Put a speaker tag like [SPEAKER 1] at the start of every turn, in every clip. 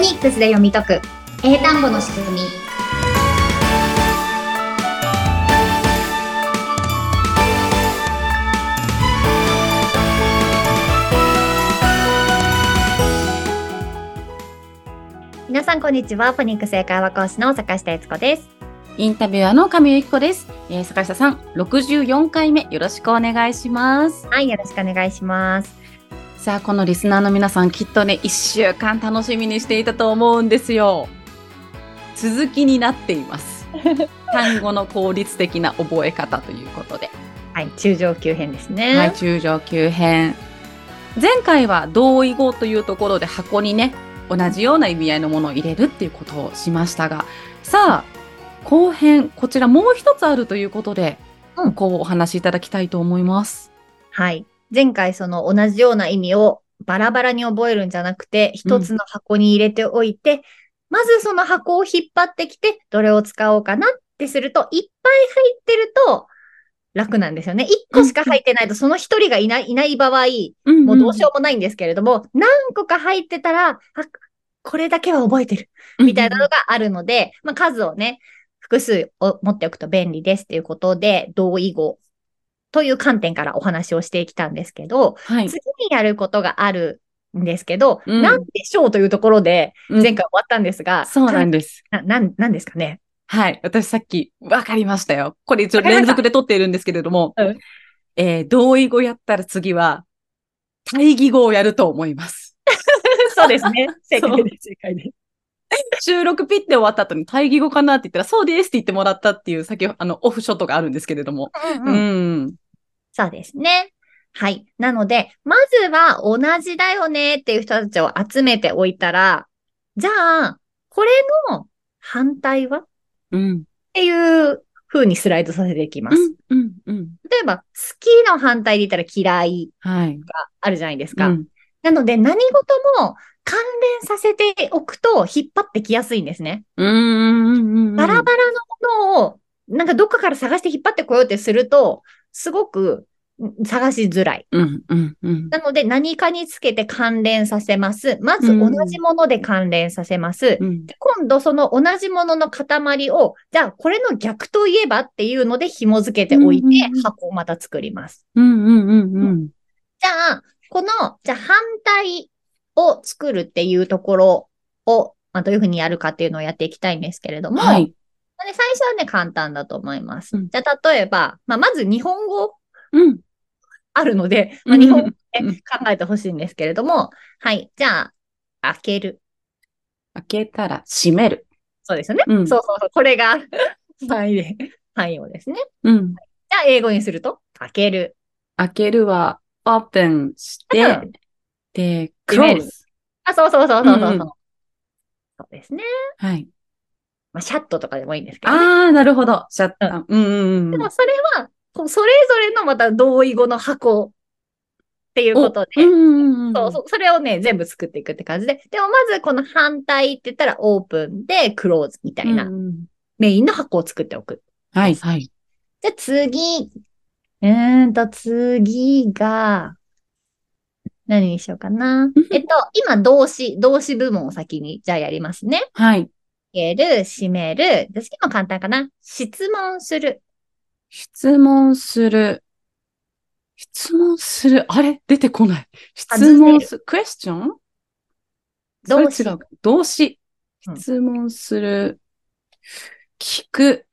[SPEAKER 1] ニックスで読み解く英単語の仕組み皆さんこんにちはフォニックス英会話講師の坂下悦子です
[SPEAKER 2] インタビュアーの神由紀子です、えー坂下さん、64回目よろしくお願いします。
[SPEAKER 1] はいよろしくお願いします
[SPEAKER 2] さあ、このリスナーの皆さん、きっとね、1週間楽しみにしていたと思うんですよ。続きになっています。単語の効率的な覚え方ということで。
[SPEAKER 1] はい中上級編ですね
[SPEAKER 2] はい、中上級編。前回は同意語というところで箱にね、同じような意味合いのものを入れるっていうことをしましたが、さあ、後編、こちらもう一つあるということで、
[SPEAKER 1] うん
[SPEAKER 2] こうお話しいただきたいと思います。
[SPEAKER 1] はい。前回その同じような意味をバラバラに覚えるんじゃなくて、一つの箱に入れておいて、まずその箱を引っ張ってきて、どれを使おうかなってすると、いっぱい入ってると楽なんですよね。一個しか入ってないと、その一人がいない、いない場合、もうどうしようもないんですけれども、何個か入ってたら、あ、これだけは覚えてる。
[SPEAKER 2] うん。
[SPEAKER 1] みたいなのがあるので、まあ、数をね、複数を持っておくと便利ですということで、同意語という観点からお話をしてきたんですけど、
[SPEAKER 2] はい。
[SPEAKER 1] 次にやることがあるんですけど、
[SPEAKER 2] うん
[SPEAKER 1] なんでしょうというところで、
[SPEAKER 2] うん
[SPEAKER 1] 前回終わったんですが、
[SPEAKER 2] そうなん
[SPEAKER 1] で
[SPEAKER 2] です。
[SPEAKER 1] ななんなんですかね。
[SPEAKER 2] はい。私さっき、わかりましたよ。これ一応
[SPEAKER 1] わかりま
[SPEAKER 2] 連
[SPEAKER 1] した
[SPEAKER 2] 続で撮っているんですけれども、
[SPEAKER 1] うん
[SPEAKER 2] えー同意語やったら次は、対義語をやると思います。
[SPEAKER 1] そうですね。正
[SPEAKER 2] そう
[SPEAKER 1] 解です。正解です。
[SPEAKER 2] 収録ピッて終わった後に対義語かなって言ったら、そうですって言ってもらったっていう、先あの、オフショットがあるんですけれども。
[SPEAKER 1] うん
[SPEAKER 2] う
[SPEAKER 1] うん
[SPEAKER 2] ん。
[SPEAKER 1] そうですね。はい。なので、まずは同じだよねっていう人たちを集めておいたら、じゃあ、これの反対はっ
[SPEAKER 2] うん。
[SPEAKER 1] ていう風にスライドさせていきま
[SPEAKER 2] う
[SPEAKER 1] す。
[SPEAKER 2] ん。うん。うん。
[SPEAKER 1] 例えば、好きの反対で言ったら嫌い
[SPEAKER 2] はい。
[SPEAKER 1] があるじゃないです
[SPEAKER 2] う
[SPEAKER 1] か。
[SPEAKER 2] ん。
[SPEAKER 1] なので、何事も関連させておくと引っ張ってきやすいんですね。
[SPEAKER 2] うん。うん。
[SPEAKER 1] バラバラのものを、なんかどっかから探して引っ張ってこようってすると、すごくん探しづらい。
[SPEAKER 2] うん。うん。うん。
[SPEAKER 1] なので、何かにつけて関連させます。まず、同じもので関連させます。
[SPEAKER 2] うん。
[SPEAKER 1] で今度、その同じものの塊を、じゃあ、これの逆といえばっていうので紐付けておいて
[SPEAKER 2] うんうんうん、
[SPEAKER 1] 箱をまた作ります。
[SPEAKER 2] うん。うん。うん。
[SPEAKER 1] じゃあ、この、じゃあ、反対を作るっていうところを、まあ、どういうふうにやるかっていうのをやっていきたいんですけれども、
[SPEAKER 2] はい。
[SPEAKER 1] まあね最初はね、簡単だと思います。
[SPEAKER 2] うん
[SPEAKER 1] じゃあ、例えば、まあ、まず日本語
[SPEAKER 2] うん。
[SPEAKER 1] あるので、
[SPEAKER 2] うん
[SPEAKER 1] まあ、日本語で
[SPEAKER 2] うん
[SPEAKER 1] 考えてほしいんですけれども、はい。じゃあ、開ける。
[SPEAKER 2] 開けたら閉める。
[SPEAKER 1] そうですよね。
[SPEAKER 2] うん
[SPEAKER 1] そうそうそう。これが 範囲で、範囲をですね。
[SPEAKER 2] うん。
[SPEAKER 1] じゃあ、英語にすると、開ける。
[SPEAKER 2] 開けるは、open し
[SPEAKER 1] う
[SPEAKER 2] て
[SPEAKER 1] ん、
[SPEAKER 2] で、
[SPEAKER 1] 閉める
[SPEAKER 2] close。
[SPEAKER 1] あ、そうそうそうそうそうそう。
[SPEAKER 2] うんうん
[SPEAKER 1] そうですね。
[SPEAKER 2] はい。
[SPEAKER 1] まあ、シャットとかでもいいんですけど、ね。
[SPEAKER 2] あー、なるほど。シャッター。うん。うん。
[SPEAKER 1] で
[SPEAKER 2] うん
[SPEAKER 1] も、それは、こうそれぞれのまた同意語の箱っていうことで、
[SPEAKER 2] おうん。うん。
[SPEAKER 1] そうそう、それをね、全部作っていくって感じで。でも、まずこの反対って言ったら、オープンで、クローズみたいな、
[SPEAKER 2] うんうん。
[SPEAKER 1] メインの箱を作っておく。
[SPEAKER 2] はい。はい。
[SPEAKER 1] じゃあ次。うーんと、次が、何にしようか な。えっと、今、動詞、動詞部門を先に、じゃあやりますね。
[SPEAKER 2] はい。
[SPEAKER 1] 開ける、閉める。で次も簡単かな。質問する。
[SPEAKER 2] 質問する。質問する。あれ出てこない。
[SPEAKER 1] あ
[SPEAKER 2] 質問する。クエスチョンそれ
[SPEAKER 1] 動
[SPEAKER 2] 違
[SPEAKER 1] 詞
[SPEAKER 2] う。動詞。
[SPEAKER 1] うん
[SPEAKER 2] 質問する。聞く。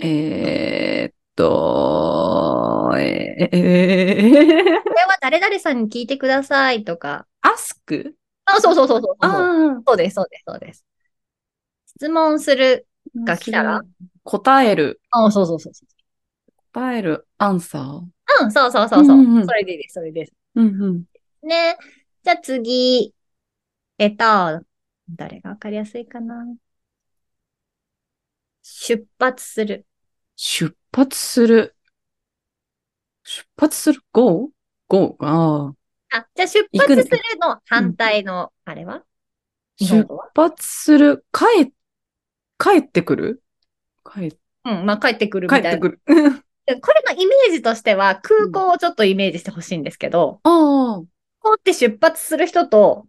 [SPEAKER 2] えーっと、えー、えー、
[SPEAKER 1] これは誰々さんに聞いてくださいとか。
[SPEAKER 2] アスク
[SPEAKER 1] あ、そうそうそうそうそう
[SPEAKER 2] ああ。
[SPEAKER 1] そうです、そうです、そうです。質問する。が来たら
[SPEAKER 2] 答える。
[SPEAKER 1] あ、そうそうそうそ
[SPEAKER 2] 答える。アンサー。
[SPEAKER 1] う。うん、そうそうそうそう。
[SPEAKER 2] うんうん
[SPEAKER 1] それでいいです、それでいいです。
[SPEAKER 2] うんうん。
[SPEAKER 1] ね。じゃあ次。えっと、誰がわかりやすいかな。出発する。
[SPEAKER 2] 出発する。出発する ?go?go? ああ。
[SPEAKER 1] あ、じゃあ出
[SPEAKER 2] 行く
[SPEAKER 1] 発
[SPEAKER 2] ね
[SPEAKER 1] するの反対の、あれは日本
[SPEAKER 2] 出
[SPEAKER 1] 語は
[SPEAKER 2] 発する、帰、帰ってくる帰っ
[SPEAKER 1] うん、まあ帰ってくるみ
[SPEAKER 2] 帰
[SPEAKER 1] た
[SPEAKER 2] っ
[SPEAKER 1] いな。
[SPEAKER 2] てくる。
[SPEAKER 1] でこれのイメージとしては、空港をちょっとイメージしてほしいんですけど、
[SPEAKER 2] ああ。
[SPEAKER 1] こうって出発する人と、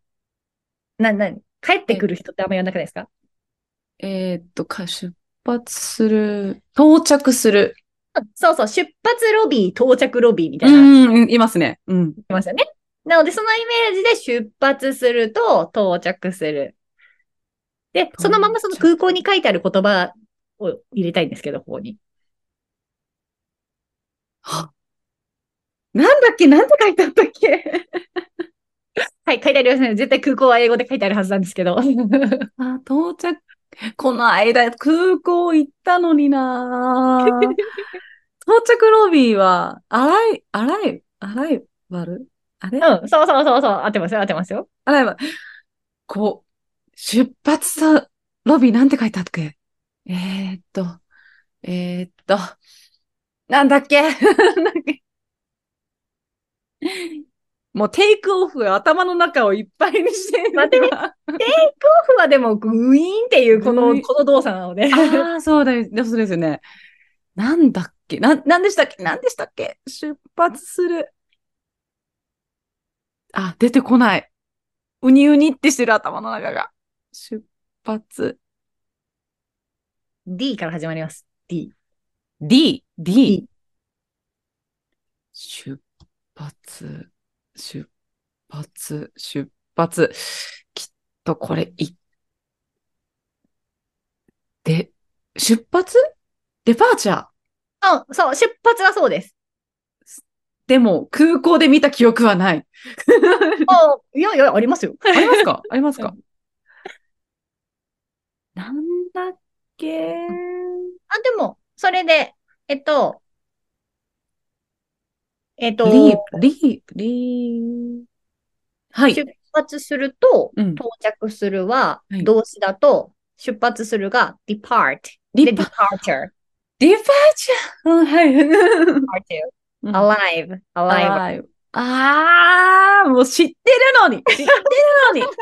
[SPEAKER 1] な、な、帰ってくる人ってあんまりやんなくないですか
[SPEAKER 2] えーっと、か、出発する、到着する。
[SPEAKER 1] うんそうそう、出発ロビー、到着ロビーみた
[SPEAKER 2] う
[SPEAKER 1] いな。言っ
[SPEAKER 2] ん、うんいますね。うん。
[SPEAKER 1] てましたね。なので、そのイメージで出発すると到着する。で、そのままその空港に書いてある言葉を入れたいんですけど、ここに。
[SPEAKER 2] なんだっけなんて書いてあったっけ
[SPEAKER 1] はい、書いてありますね。絶対空港は英語で書いてあるはずなんですけど。
[SPEAKER 2] あ、到着。この間、空港行ったのにな 到着ロビーは、アライ、アライ、アライバルあれ
[SPEAKER 1] うん、そうそうそうそう、合ってますよ、合ってますよ。
[SPEAKER 2] アライバル。こう、出発さ、ロビーなんて書いてあったっけえー、っと、えー、っと、なんだっけ なんだっけもうテイクオフが頭の中をいっぱいにしてる。
[SPEAKER 1] 待って
[SPEAKER 2] 今
[SPEAKER 1] オフはでも、グイーンっていうこ
[SPEAKER 2] グイー
[SPEAKER 1] の、
[SPEAKER 2] ン
[SPEAKER 1] この動作なので。
[SPEAKER 2] ああ、そうだよ、そうですよね。なんだっけな、なんでしたっけなんでしたっけ出発する。あ、出てこない。うにうにってしてる頭の中が。出発。
[SPEAKER 1] D から始まります。D。
[SPEAKER 2] D、D
[SPEAKER 1] D。
[SPEAKER 2] 出発、出発、出発。きっとこれ、い、で、出発デパーチャー。
[SPEAKER 1] うん、そう、出発はそう です。
[SPEAKER 2] でも、空港で見た記憶はない。
[SPEAKER 1] あいやいや、ありますよ。
[SPEAKER 2] あります かあります
[SPEAKER 1] う
[SPEAKER 2] かなんだっけ
[SPEAKER 1] あ、でも、それで、えっと、えっと、
[SPEAKER 2] リー
[SPEAKER 1] 出、
[SPEAKER 2] リー、リー。はい。
[SPEAKER 1] 出発すると、
[SPEAKER 2] うん
[SPEAKER 1] 到着するは
[SPEAKER 2] はい、
[SPEAKER 1] 動詞だと、出発するが depart。
[SPEAKER 2] リ
[SPEAKER 1] で、
[SPEAKER 2] パ、
[SPEAKER 1] departure。
[SPEAKER 2] デパーチャー。 うん、はい。
[SPEAKER 1] departure alive。alive。
[SPEAKER 2] ああー、もう知ってるの に知ってるのに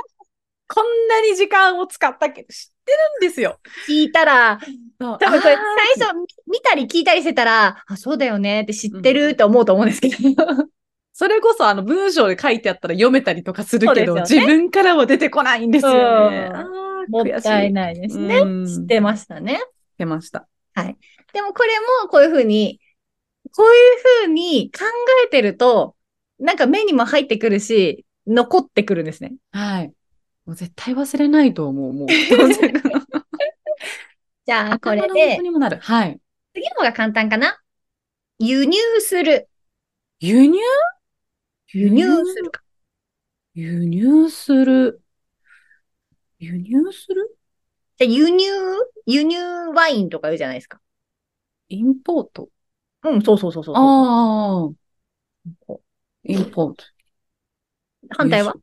[SPEAKER 2] こんなに時間を使ったけど、知ってるんですよ。
[SPEAKER 1] 聞いたら、
[SPEAKER 2] 多
[SPEAKER 1] 多分これ、最初、見たり聞いたりしてたら、あ、そうだよねって知ってるって思うと思うんですけど。
[SPEAKER 2] それこそあの文章で書いてあったら読めたりとかするけど、
[SPEAKER 1] そうです
[SPEAKER 2] 自分からは出てこないんですよね。
[SPEAKER 1] うん
[SPEAKER 2] あー
[SPEAKER 1] もっ
[SPEAKER 2] 悔した
[SPEAKER 1] い
[SPEAKER 2] い
[SPEAKER 1] ないですね。
[SPEAKER 2] うん
[SPEAKER 1] 知っ
[SPEAKER 2] 知
[SPEAKER 1] てましたね。
[SPEAKER 2] ってました。
[SPEAKER 1] でもこれもこういうふうに、こういうふうに考えてると、なんか目にも入ってくるし、残ってくるんですね。
[SPEAKER 2] はい。もう絶対忘れないと思う。もう。当然
[SPEAKER 1] じゃ あ、これ
[SPEAKER 2] 頭の
[SPEAKER 1] で
[SPEAKER 2] 元、にもなる。 はい。
[SPEAKER 1] 次の方が簡単かな。輸入する。
[SPEAKER 2] 輸入
[SPEAKER 1] 輸入する。
[SPEAKER 2] 輸入する。輸入する
[SPEAKER 1] じゃあ輸入、輸入ワインとか言うじゃないですか。
[SPEAKER 2] インポート。
[SPEAKER 1] うん、そうそうそうそうそう。
[SPEAKER 2] ああ。インポート。
[SPEAKER 1] 反対は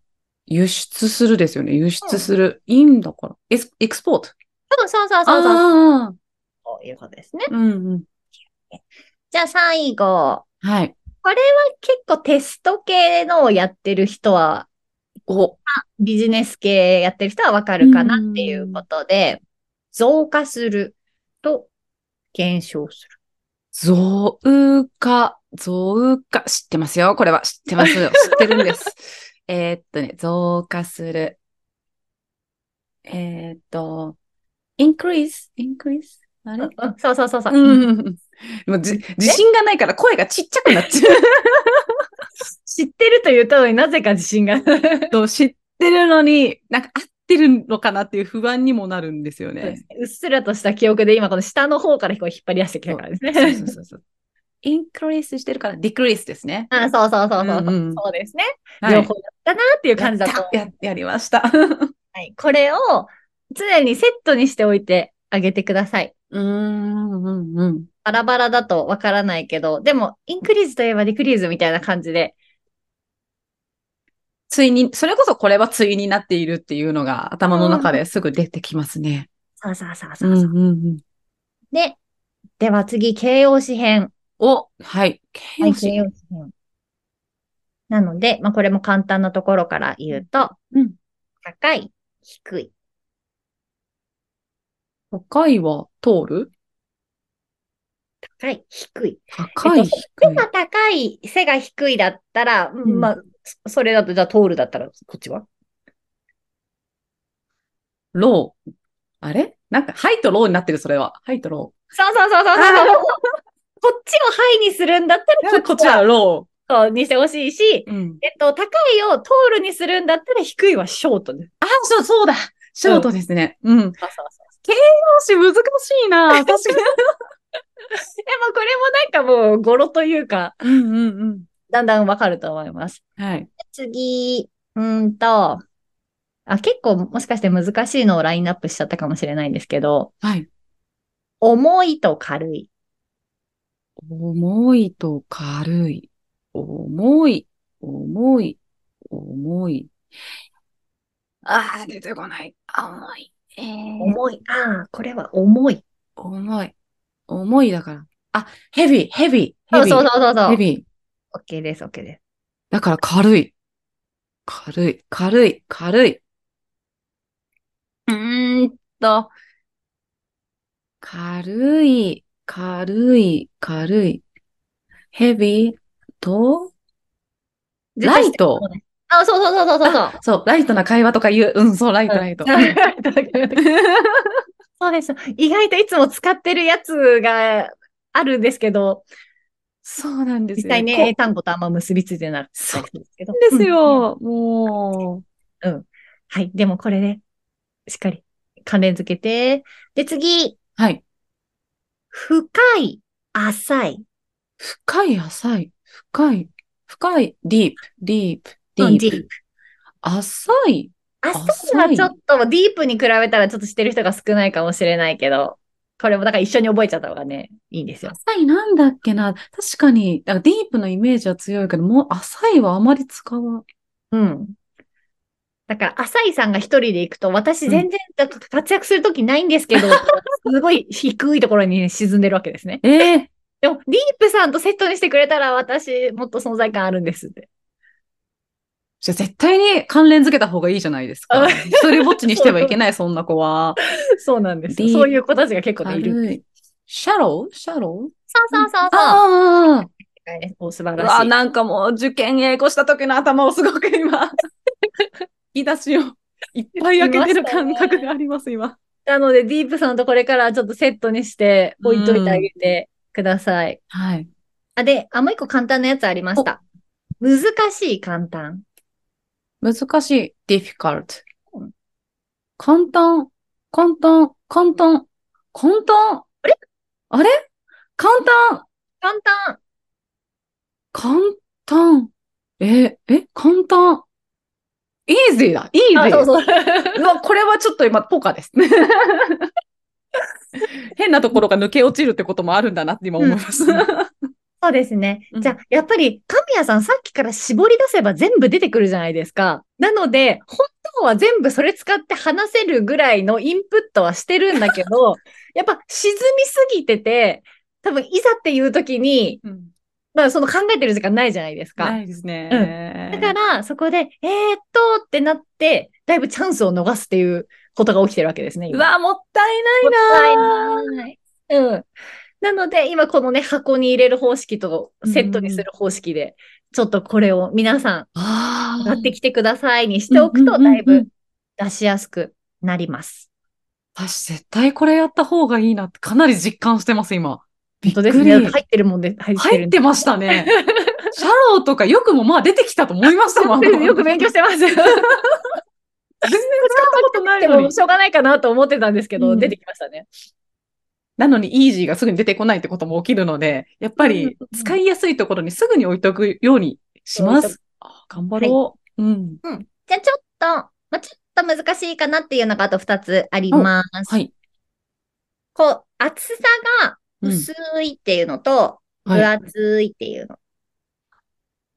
[SPEAKER 2] 輸出するですよね。輸出する。インだから。エスエクスポート。
[SPEAKER 1] そうそうそうそうそう。
[SPEAKER 2] あ
[SPEAKER 1] そういうことですね。
[SPEAKER 2] あ。うんうん。
[SPEAKER 1] じゃあ最後。
[SPEAKER 2] はい。
[SPEAKER 1] 結構テスト系のをやってる人は、
[SPEAKER 2] お。
[SPEAKER 1] ビジネス系やってる人はわかるかなっていうことで、増加すると減少する。
[SPEAKER 2] 増加、増加、知ってますよ。これは知って ますよ。知ってるんです。えーっとね、増加する。えーっと、increase, increase? あれ
[SPEAKER 1] うんそうそうそうそう。
[SPEAKER 2] うん。もうじ自信がないから声がちっちゃくなっちゃう。
[SPEAKER 1] 知ってるというとおり、なぜか自信が。そう
[SPEAKER 2] と知ってるのに、なんか合ってるのかなっていう不安にもなるんですよ
[SPEAKER 1] で
[SPEAKER 2] ね
[SPEAKER 1] す。ねうっすらとした記憶で今この下の方からこう引っ張り出してきたからです
[SPEAKER 2] そう
[SPEAKER 1] ね
[SPEAKER 2] そ。うそうそう。 インクリースしてるから、ディクリースですね。
[SPEAKER 1] あそうそうそうそう。
[SPEAKER 2] うんうん
[SPEAKER 1] そうですね。
[SPEAKER 2] はい
[SPEAKER 1] 両方やったなっていう感じだと
[SPEAKER 2] やったややりました。
[SPEAKER 1] はい。これを常にセットにしておいてあげてください。
[SPEAKER 2] うん、うん、うん。
[SPEAKER 1] バラバラだとわからないけど、でも、インクリーズといえばディクリーズみたいな感じで、
[SPEAKER 2] ついに、それこそこれはついになっているっていうのが頭の中ですぐ出てきますね。
[SPEAKER 1] そうそうそう
[SPEAKER 2] う
[SPEAKER 1] そ
[SPEAKER 2] ん、
[SPEAKER 1] う
[SPEAKER 2] う、
[SPEAKER 1] そうん
[SPEAKER 2] うん。
[SPEAKER 1] で、では次、形容詞編。
[SPEAKER 2] お、はい。
[SPEAKER 1] はい、
[SPEAKER 2] 形
[SPEAKER 1] 形
[SPEAKER 2] 容詞
[SPEAKER 1] 容詞編。なので、まあ、これも簡単なところから言うと、
[SPEAKER 2] うん
[SPEAKER 1] 高い、低い。
[SPEAKER 2] 高いは通る
[SPEAKER 1] 高い、低い。
[SPEAKER 2] 高い、
[SPEAKER 1] えっと
[SPEAKER 2] 低
[SPEAKER 1] 背
[SPEAKER 2] い。
[SPEAKER 1] が高い、背が低いだったら、
[SPEAKER 2] ん
[SPEAKER 1] まあ、そそれだと、じゃあ、通るだったら、こっちは
[SPEAKER 2] ロー。あれなんか、はいとローになってる、それは。はいとロ
[SPEAKER 1] そうそうそうそうそう。こっちをハイにするんだった
[SPEAKER 2] ー。
[SPEAKER 1] ら、
[SPEAKER 2] こっちはロ
[SPEAKER 1] こっちをにしてほしいし、
[SPEAKER 2] ー。うん。
[SPEAKER 1] えっと、高いをトールにするんだったら低いはショートです。
[SPEAKER 2] あ、そう、そうだ。ショートですね。うん。も
[SPEAKER 1] そうそうそう。
[SPEAKER 2] し難しいな。確か
[SPEAKER 1] でもこれもなんかもう語呂というか、
[SPEAKER 2] に。 うんうんうん。
[SPEAKER 1] だんだんわかると思います。
[SPEAKER 2] はい。
[SPEAKER 1] 次、うーんと、あ、結構もしかして難しいのをラインナップしちゃったかもしれないんですけど、
[SPEAKER 2] はい。
[SPEAKER 1] 重いと軽い。
[SPEAKER 2] 重いと軽い。重い、重い、重い。ああ、出てこない。重い。えー、
[SPEAKER 1] 重い。ああ、これは重い。
[SPEAKER 2] 重い。重いだから。あ、ヘビー、ヘビー、
[SPEAKER 1] そう
[SPEAKER 2] ヘビー。
[SPEAKER 1] そうそうそうそう
[SPEAKER 2] ヘ。ビー。
[SPEAKER 1] OK です、OK です。
[SPEAKER 2] だから軽い。軽い、軽い、軽い。うーんと。軽い、軽い、軽い。ヘビーと、ライト。
[SPEAKER 1] あ、そうそうそうそうそうそう。
[SPEAKER 2] そう、ライトな会話とか言う。うん、そう、ライト、ライト。
[SPEAKER 1] そうです。意外といつも使ってるやつがあるんですけど、
[SPEAKER 2] そうなんです
[SPEAKER 1] 実
[SPEAKER 2] よ。
[SPEAKER 1] 際ね、
[SPEAKER 2] こ
[SPEAKER 1] 英単語とあんま結びついてなかったりするんですけど。
[SPEAKER 2] うです
[SPEAKER 1] うん
[SPEAKER 2] よ。もう。
[SPEAKER 1] はい。でもこれね、しっかり関連づけて。で、次、
[SPEAKER 2] はい。
[SPEAKER 1] 深い、浅い。
[SPEAKER 2] 深い、浅い。深い、深い、ディープ、ディープ、デ
[SPEAKER 1] う
[SPEAKER 2] ィ
[SPEAKER 1] ん
[SPEAKER 2] ープ。浅い。
[SPEAKER 1] 浅いはちょっと、ディープに比べたらちょっと知ってる人が少ないかもしれないけど、これもだから一緒に覚えちゃった方がね、いいんですよ。
[SPEAKER 2] 浅いなんだっけな。確かに、だからディープのイメージは強いけど、もう浅いはあまり使わん。
[SPEAKER 1] うん。だから、浅井さんが一人で行くと、私全然なんか活躍するときないんです けど、すごい低いところにね沈んでるわけですね。
[SPEAKER 2] ええ
[SPEAKER 1] でも、ディープさんとセットにしてくれたら、私、もっと存在感あるんですって。
[SPEAKER 2] じゃあ絶対に関連づけた方がいいじゃないですか。
[SPEAKER 1] あ
[SPEAKER 2] 一人ぼっちにしてはいけない、そんな子は。
[SPEAKER 1] そうなんです
[SPEAKER 2] ディー
[SPEAKER 1] よ。
[SPEAKER 2] プ
[SPEAKER 1] そういう子たちが結構ねいる。
[SPEAKER 2] 軽い。シャローシャロー
[SPEAKER 1] そうそうそうそう。
[SPEAKER 2] ああ。
[SPEAKER 1] お素晴
[SPEAKER 2] うわ
[SPEAKER 1] らしい。
[SPEAKER 2] なんかもう受験英語した時の頭をすごく 今、引き出しをいっぱい開けてる感覚があります、今。
[SPEAKER 1] なので、ディープさんとこれからちょっとセットにして置いといてあげてください。
[SPEAKER 2] はい。
[SPEAKER 1] あ、で、あ、もう一個簡単なやつありました。難しい簡単。
[SPEAKER 2] 難しい。difficult
[SPEAKER 1] うん。
[SPEAKER 2] 簡単、簡単、簡単、簡単。あれあれ簡単、
[SPEAKER 1] 簡単。
[SPEAKER 2] 簡単。え、え、簡単。イージーだ、イージ
[SPEAKER 1] あ、
[SPEAKER 2] ー。
[SPEAKER 1] そうそう。
[SPEAKER 2] うわ、これはちょっと今、ポカです ね。変なところが抜け落ちるってこともあるんだなって今思います。
[SPEAKER 1] うん そうですね
[SPEAKER 2] う。ん
[SPEAKER 1] じゃあ、やっぱり、神谷さんさっきから絞り出せば全部出てくるじゃないですか。なので、本当は全部それ使って話せるぐらいのインプットはしてるんだけ ど、やっぱ沈みすぎてて、多分いざっていう時に、
[SPEAKER 2] うん
[SPEAKER 1] まあその考えてる時間ないじゃないです
[SPEAKER 2] な
[SPEAKER 1] か。
[SPEAKER 2] いですね。
[SPEAKER 1] だから、そこで、えー、っとってなって、だいぶチャンスを逃すっていうことが起きてるわけですね。
[SPEAKER 2] う
[SPEAKER 1] 今
[SPEAKER 2] わ、もったい
[SPEAKER 1] もっ
[SPEAKER 2] な
[SPEAKER 1] た
[SPEAKER 2] い
[SPEAKER 1] い
[SPEAKER 2] な
[SPEAKER 1] ない。うん。なので、今このね、箱に入れる方式とセットにする方式で、ちょっとこれを皆さん、
[SPEAKER 2] あー
[SPEAKER 1] 買ってきてくださいにしておくと、
[SPEAKER 2] うんうんう
[SPEAKER 1] だ
[SPEAKER 2] んう
[SPEAKER 1] い
[SPEAKER 2] ん
[SPEAKER 1] ぶ出しやすくなります。
[SPEAKER 2] 私絶対これやった方がいいなってかなり実感してます、今。びっ
[SPEAKER 1] 本当
[SPEAKER 2] く
[SPEAKER 1] です
[SPEAKER 2] り。
[SPEAKER 1] ね。入ってるもんで、入って
[SPEAKER 2] 入
[SPEAKER 1] る
[SPEAKER 2] っ
[SPEAKER 1] んで。
[SPEAKER 2] てましたね。シャローとかよくもまあ出てきたと思いました もん。
[SPEAKER 1] よく勉強してます。で
[SPEAKER 2] 全然使ったことないの
[SPEAKER 1] も、
[SPEAKER 2] に。
[SPEAKER 1] しょうがないかなと思ってたんですけど、
[SPEAKER 2] うん
[SPEAKER 1] 出てきましたね。
[SPEAKER 2] なのにイージーがすぐに出てこないってことも起きるので、やっぱ
[SPEAKER 1] うんうん
[SPEAKER 2] り
[SPEAKER 1] うん
[SPEAKER 2] 使いやすいところにすぐに置いとくようにしま
[SPEAKER 1] そう
[SPEAKER 2] す。あ頑張ろう。うん。
[SPEAKER 1] じゃあ、ちょっと、まあ、ちょっと難しいかなっていうのがあと2つあります。
[SPEAKER 2] はい。
[SPEAKER 1] こう、厚さが
[SPEAKER 2] うん
[SPEAKER 1] 薄いっていうのと、
[SPEAKER 2] はい
[SPEAKER 1] 分厚いっていうの。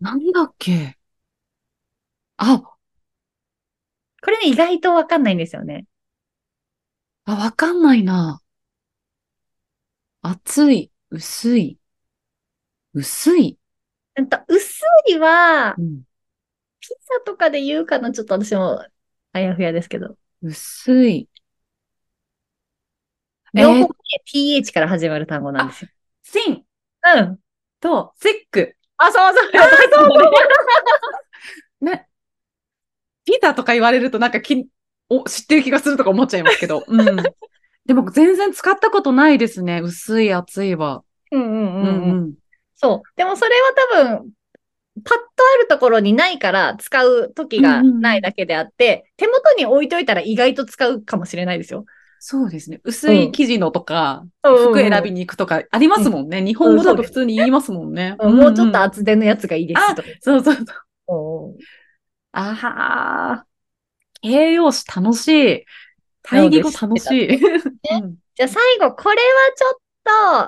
[SPEAKER 2] なんだっけ。あ、
[SPEAKER 1] これね、意外とわかんないんですよね。
[SPEAKER 2] あ、わかんないな。厚い、薄い、薄い。
[SPEAKER 1] うんと、薄いは、
[SPEAKER 2] うん
[SPEAKER 1] ピザとかで言うかな、ちょっと私も、あやふやですけど。
[SPEAKER 2] 薄い。え
[SPEAKER 1] 両方ね
[SPEAKER 2] ー、、
[SPEAKER 1] ph から始まる単語なんですよ。
[SPEAKER 2] シン
[SPEAKER 1] うん。
[SPEAKER 2] とセック。
[SPEAKER 1] あ、そうそう。そうそう。
[SPEAKER 2] ね。ピザとか言われるとなんかき、お、知ってる気がするとか思っちゃいます けど。うん。でも全然使ったことないですね。薄い、厚いは。
[SPEAKER 1] うんうん
[SPEAKER 2] う
[SPEAKER 1] うんうん。
[SPEAKER 2] ん
[SPEAKER 1] そう。でもそれは多分、パッとあるところにないから使う時がないだけであって、手元に置いといたら意外と使うかもしれないですよ。
[SPEAKER 2] そうですね。薄い生地のとか、服
[SPEAKER 1] 服
[SPEAKER 2] 選びに行くとかありますもんね。日本語だと普通に言いますもんね。
[SPEAKER 1] もうちょっと
[SPEAKER 2] あ
[SPEAKER 1] 厚手のやつがいいですとか。
[SPEAKER 2] そうそうそう。
[SPEAKER 1] うんうん
[SPEAKER 2] あはー。形容詞楽しい。対義語楽しい。うん
[SPEAKER 1] じゃあ最後、これは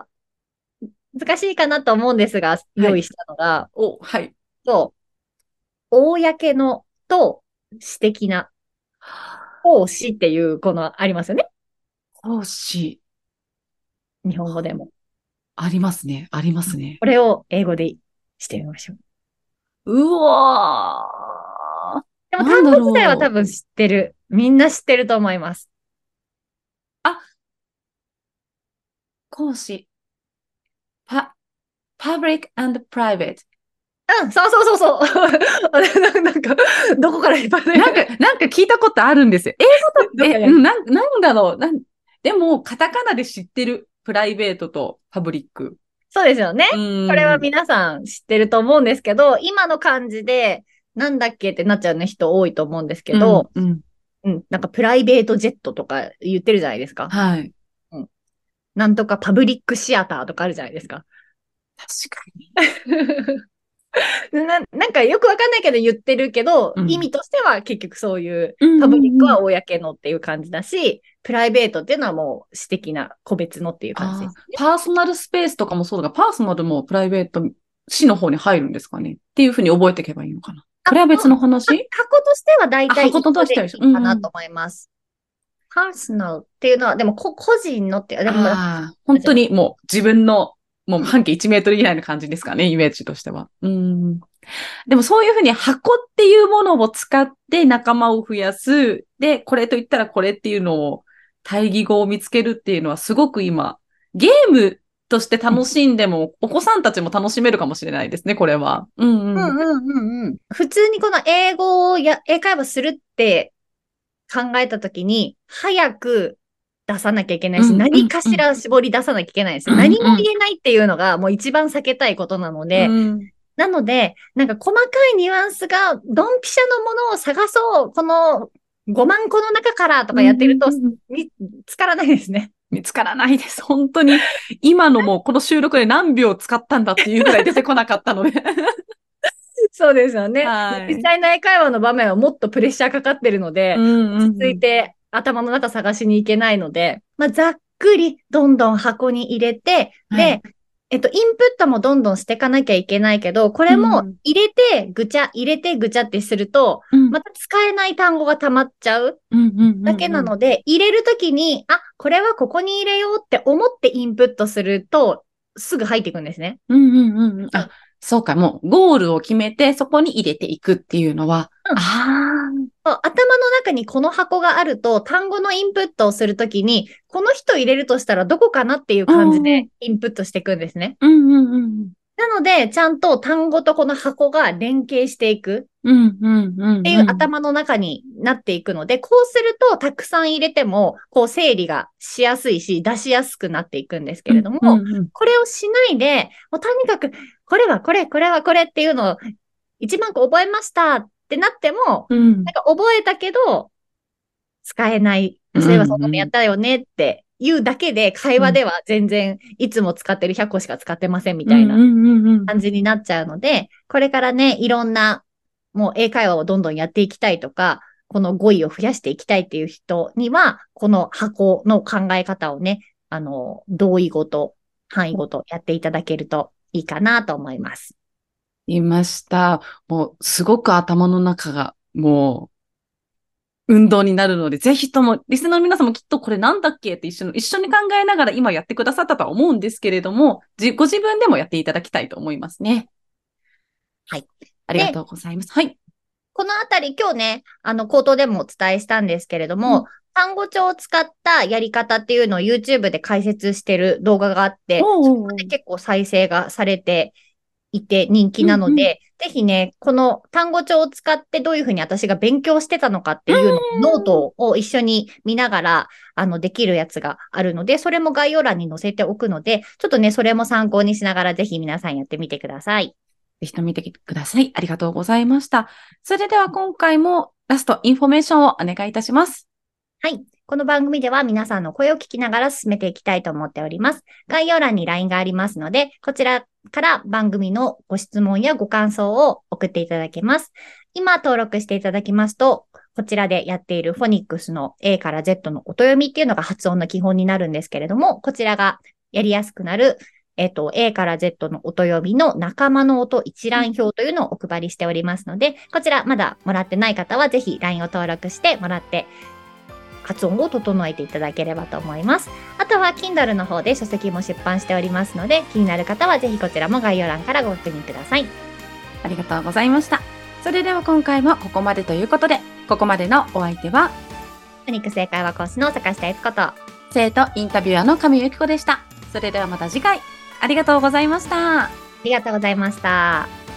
[SPEAKER 1] ちょっと難しいかなと思うんですが、用意したのが、
[SPEAKER 2] お、はい。
[SPEAKER 1] そう、公のと私的な、奉仕っていう、このありますよね。
[SPEAKER 2] 講師、
[SPEAKER 1] 日本語でも。
[SPEAKER 2] ありますね。ありますね。
[SPEAKER 1] これを英語でしてみましょう。
[SPEAKER 2] うわー。
[SPEAKER 1] でも
[SPEAKER 2] なん
[SPEAKER 1] 単
[SPEAKER 2] だろう
[SPEAKER 1] 語自体は多分知ってる。みんな知ってると思います。
[SPEAKER 2] 講師。パ、public and private。
[SPEAKER 1] うん、そうそうそうそう。 あれなんか、なんかどこから引っ張る
[SPEAKER 2] な んか、なんか聞いたことあるんですよ。英語だっ
[SPEAKER 1] ど
[SPEAKER 2] て、
[SPEAKER 1] こ
[SPEAKER 2] え
[SPEAKER 1] や
[SPEAKER 2] うんなん、なんだろう。なんでも、カタカナで知ってる。プライベートとパブリック。
[SPEAKER 1] そうですよね。
[SPEAKER 2] うん
[SPEAKER 1] これは皆さん知ってると思うんですけど、今の感じで、なんだっけってなっちゃうね人多いと思うんですけど、、
[SPEAKER 2] うんうん
[SPEAKER 1] うん、なんかプライベートジェットとか言ってるじゃないですか。
[SPEAKER 2] はい。
[SPEAKER 1] なんとかパブリックシアターとかあるじゃないです か。
[SPEAKER 2] 確かに。
[SPEAKER 1] ななんかよくわかんないけど言ってるけど、
[SPEAKER 2] うん
[SPEAKER 1] 意味としては結局そういう
[SPEAKER 2] うん
[SPEAKER 1] パブリックは公のっていう感じだし、プライベートっていうのはもう私的な個別のっていう感じです。
[SPEAKER 2] あーパーソナルスペースとかもそうだが、パーソナルもプライベート、市の方に入るんですかねっていうふうに覚えていけばいいのかな。これは別の話
[SPEAKER 1] 箱としては大体
[SPEAKER 2] あ箱としては一緒
[SPEAKER 1] いいかなと思います。パーソナルっていうのは、でもこ個人のって、でも
[SPEAKER 2] あー本当にもう自分の、もう半径1メートル以内の感じですかね、イメージとしては。うん。でもそういうふうに箱っていうものを使って仲間を増やす。で、これと言ったらこれっていうのを、対義語を見つけるっていうのはすごく今、ゲームとして楽しんでも、お子さんたちも楽しめるかもしれないですね、これは。うん
[SPEAKER 1] う
[SPEAKER 2] うん
[SPEAKER 1] ん。うんうんうん。普通にこの英語をや、英会話するって考えたときに、早く出さなきゃいけないし、
[SPEAKER 2] うんうんうん
[SPEAKER 1] 何かしら絞り出さなきゃいけないし、
[SPEAKER 2] うんうん
[SPEAKER 1] 何も言えないっていうのがもう一番避けたいことなので、
[SPEAKER 2] うん
[SPEAKER 1] なので、なんか細かいニュアンスが、ドンピシャのものを探そう、この5万個の中からとかやってると、
[SPEAKER 2] うんうんうん
[SPEAKER 1] 見つからないですね。
[SPEAKER 2] 見つからないです。本当に。今のもうこの収録で何秒使ったんだっていうぐらい出てこなかったの で。
[SPEAKER 1] そうですよね
[SPEAKER 2] はい
[SPEAKER 1] 実際の英会話の場面はもっとプレッシャーかかってるので、
[SPEAKER 2] 落
[SPEAKER 1] 落ち着いて頭の中探しに行けないので、まあ、ざっくりどんどん箱に入れて、
[SPEAKER 2] はい
[SPEAKER 1] で、えっと、インプットもどんどんしていかなきゃいけないけど、これ
[SPEAKER 2] う
[SPEAKER 1] も
[SPEAKER 2] ん
[SPEAKER 1] 入れてぐちゃ、入れてぐちゃってすると、
[SPEAKER 2] うん
[SPEAKER 1] また使えない単語が溜まっちゃうだけな
[SPEAKER 2] うんうんうん
[SPEAKER 1] ので、入れるときに、あ、これはここに入れようって思ってインプットすると、すぐ入っていくんですね。
[SPEAKER 2] うんうんうんうん。あ、そうか、もうゴールを決めてそこに入れていくっていうのは。
[SPEAKER 1] うん
[SPEAKER 2] あ
[SPEAKER 1] そう頭の中にこの箱があると、単語のインプットをするときに、この人入れるとしたらどこかなっていう
[SPEAKER 2] あ。
[SPEAKER 1] 感じで
[SPEAKER 2] で。
[SPEAKER 1] インプットしていくんですね。
[SPEAKER 2] うんうんうん。
[SPEAKER 1] なので、ちゃんと単語とこの箱が連携していく
[SPEAKER 2] うんうんうん。
[SPEAKER 1] っていう頭の中になっていくので、こうするとたくさん入れても、こう整理がしやすいし、出しやすくなっていくんですけれども、
[SPEAKER 2] うんうんうん
[SPEAKER 1] これをしないで、もうとにかく、これはこれ、これはこれっていうのを一万個覚えましたってなっても、
[SPEAKER 2] うん
[SPEAKER 1] なんか覚えたけど、使えない。
[SPEAKER 2] うん
[SPEAKER 1] そういえばそんなのやったよねっていうだけで、会話では全然いつも使ってる100個しか使ってませんみたいな
[SPEAKER 2] うんうんうんうん
[SPEAKER 1] 感じになっちゃうので、これからね、いろんな、もう英会話をどんどんやっていきたいとか、この語彙を増やしていきたいっていう人には、この箱の考え方をね、あの、同意語と範囲語とやっていただけるといいかなと思います。
[SPEAKER 2] いました。もう、すごく頭の中が、もう、運動になるので、ぜひとも、リスナーの皆さんもきっとこれなんだっけって一緒に、一緒に考えながら今やってくださったとは思うんですけれども、じご自分でもやっていただきたいと思いますね。
[SPEAKER 1] はい。
[SPEAKER 2] ありがとうございます。はい。
[SPEAKER 1] このあたり今日ね、あの、口頭でもお伝えしたんですけれども、
[SPEAKER 2] うん
[SPEAKER 1] 単語帳を使ったやり方っていうのを YouTube で解説してる動画があって、
[SPEAKER 2] おうおうおう
[SPEAKER 1] それもね結構再生がされていて人気なので、ぜひね、この単語帳を使ってどういうふうに私が勉強してたのかっていうのをノートを一緒に見ながら、あの、できるやつがあるので、それも概要欄に載せておくので、ちょっとね、それも参考にしながら、ぜひ皆さんやってみてください。
[SPEAKER 2] ぜひとも見てください。ありがとうございました。それでは今回もラストインフォメーションをお願いいたします。
[SPEAKER 1] はい。この番組では皆さんの声を聞きながら進めていきたいと思っております。概要欄に LINE がありますので、こちらから番組のご質問やご感想を送っていただけます。今登録していただきますと、こちらでやっているフォニックスの A から Z の音読みっていうのが発音の基本になるんですけれども、こちらがやりやすくなる、えっと、A から Z の音読みの仲間の音一覧表というのをお配りしておりますので、こちらまだもらってない方はぜひ LINE を登録してもらって発音を整えていただければと思います。あとは Kindle の方で書籍も出版しておりますので、気になる方はぜひこちらも概要欄からご確認ください。
[SPEAKER 2] ありがとうございました。それでは今回もここまでということで、ここまでのお相手は、
[SPEAKER 1] フォニックス英会話講師の坂下悦子と、
[SPEAKER 2] 生徒インタビュアーの上由紀子でした。それではまた次回、ありがとうございました。
[SPEAKER 1] ありがとうございました。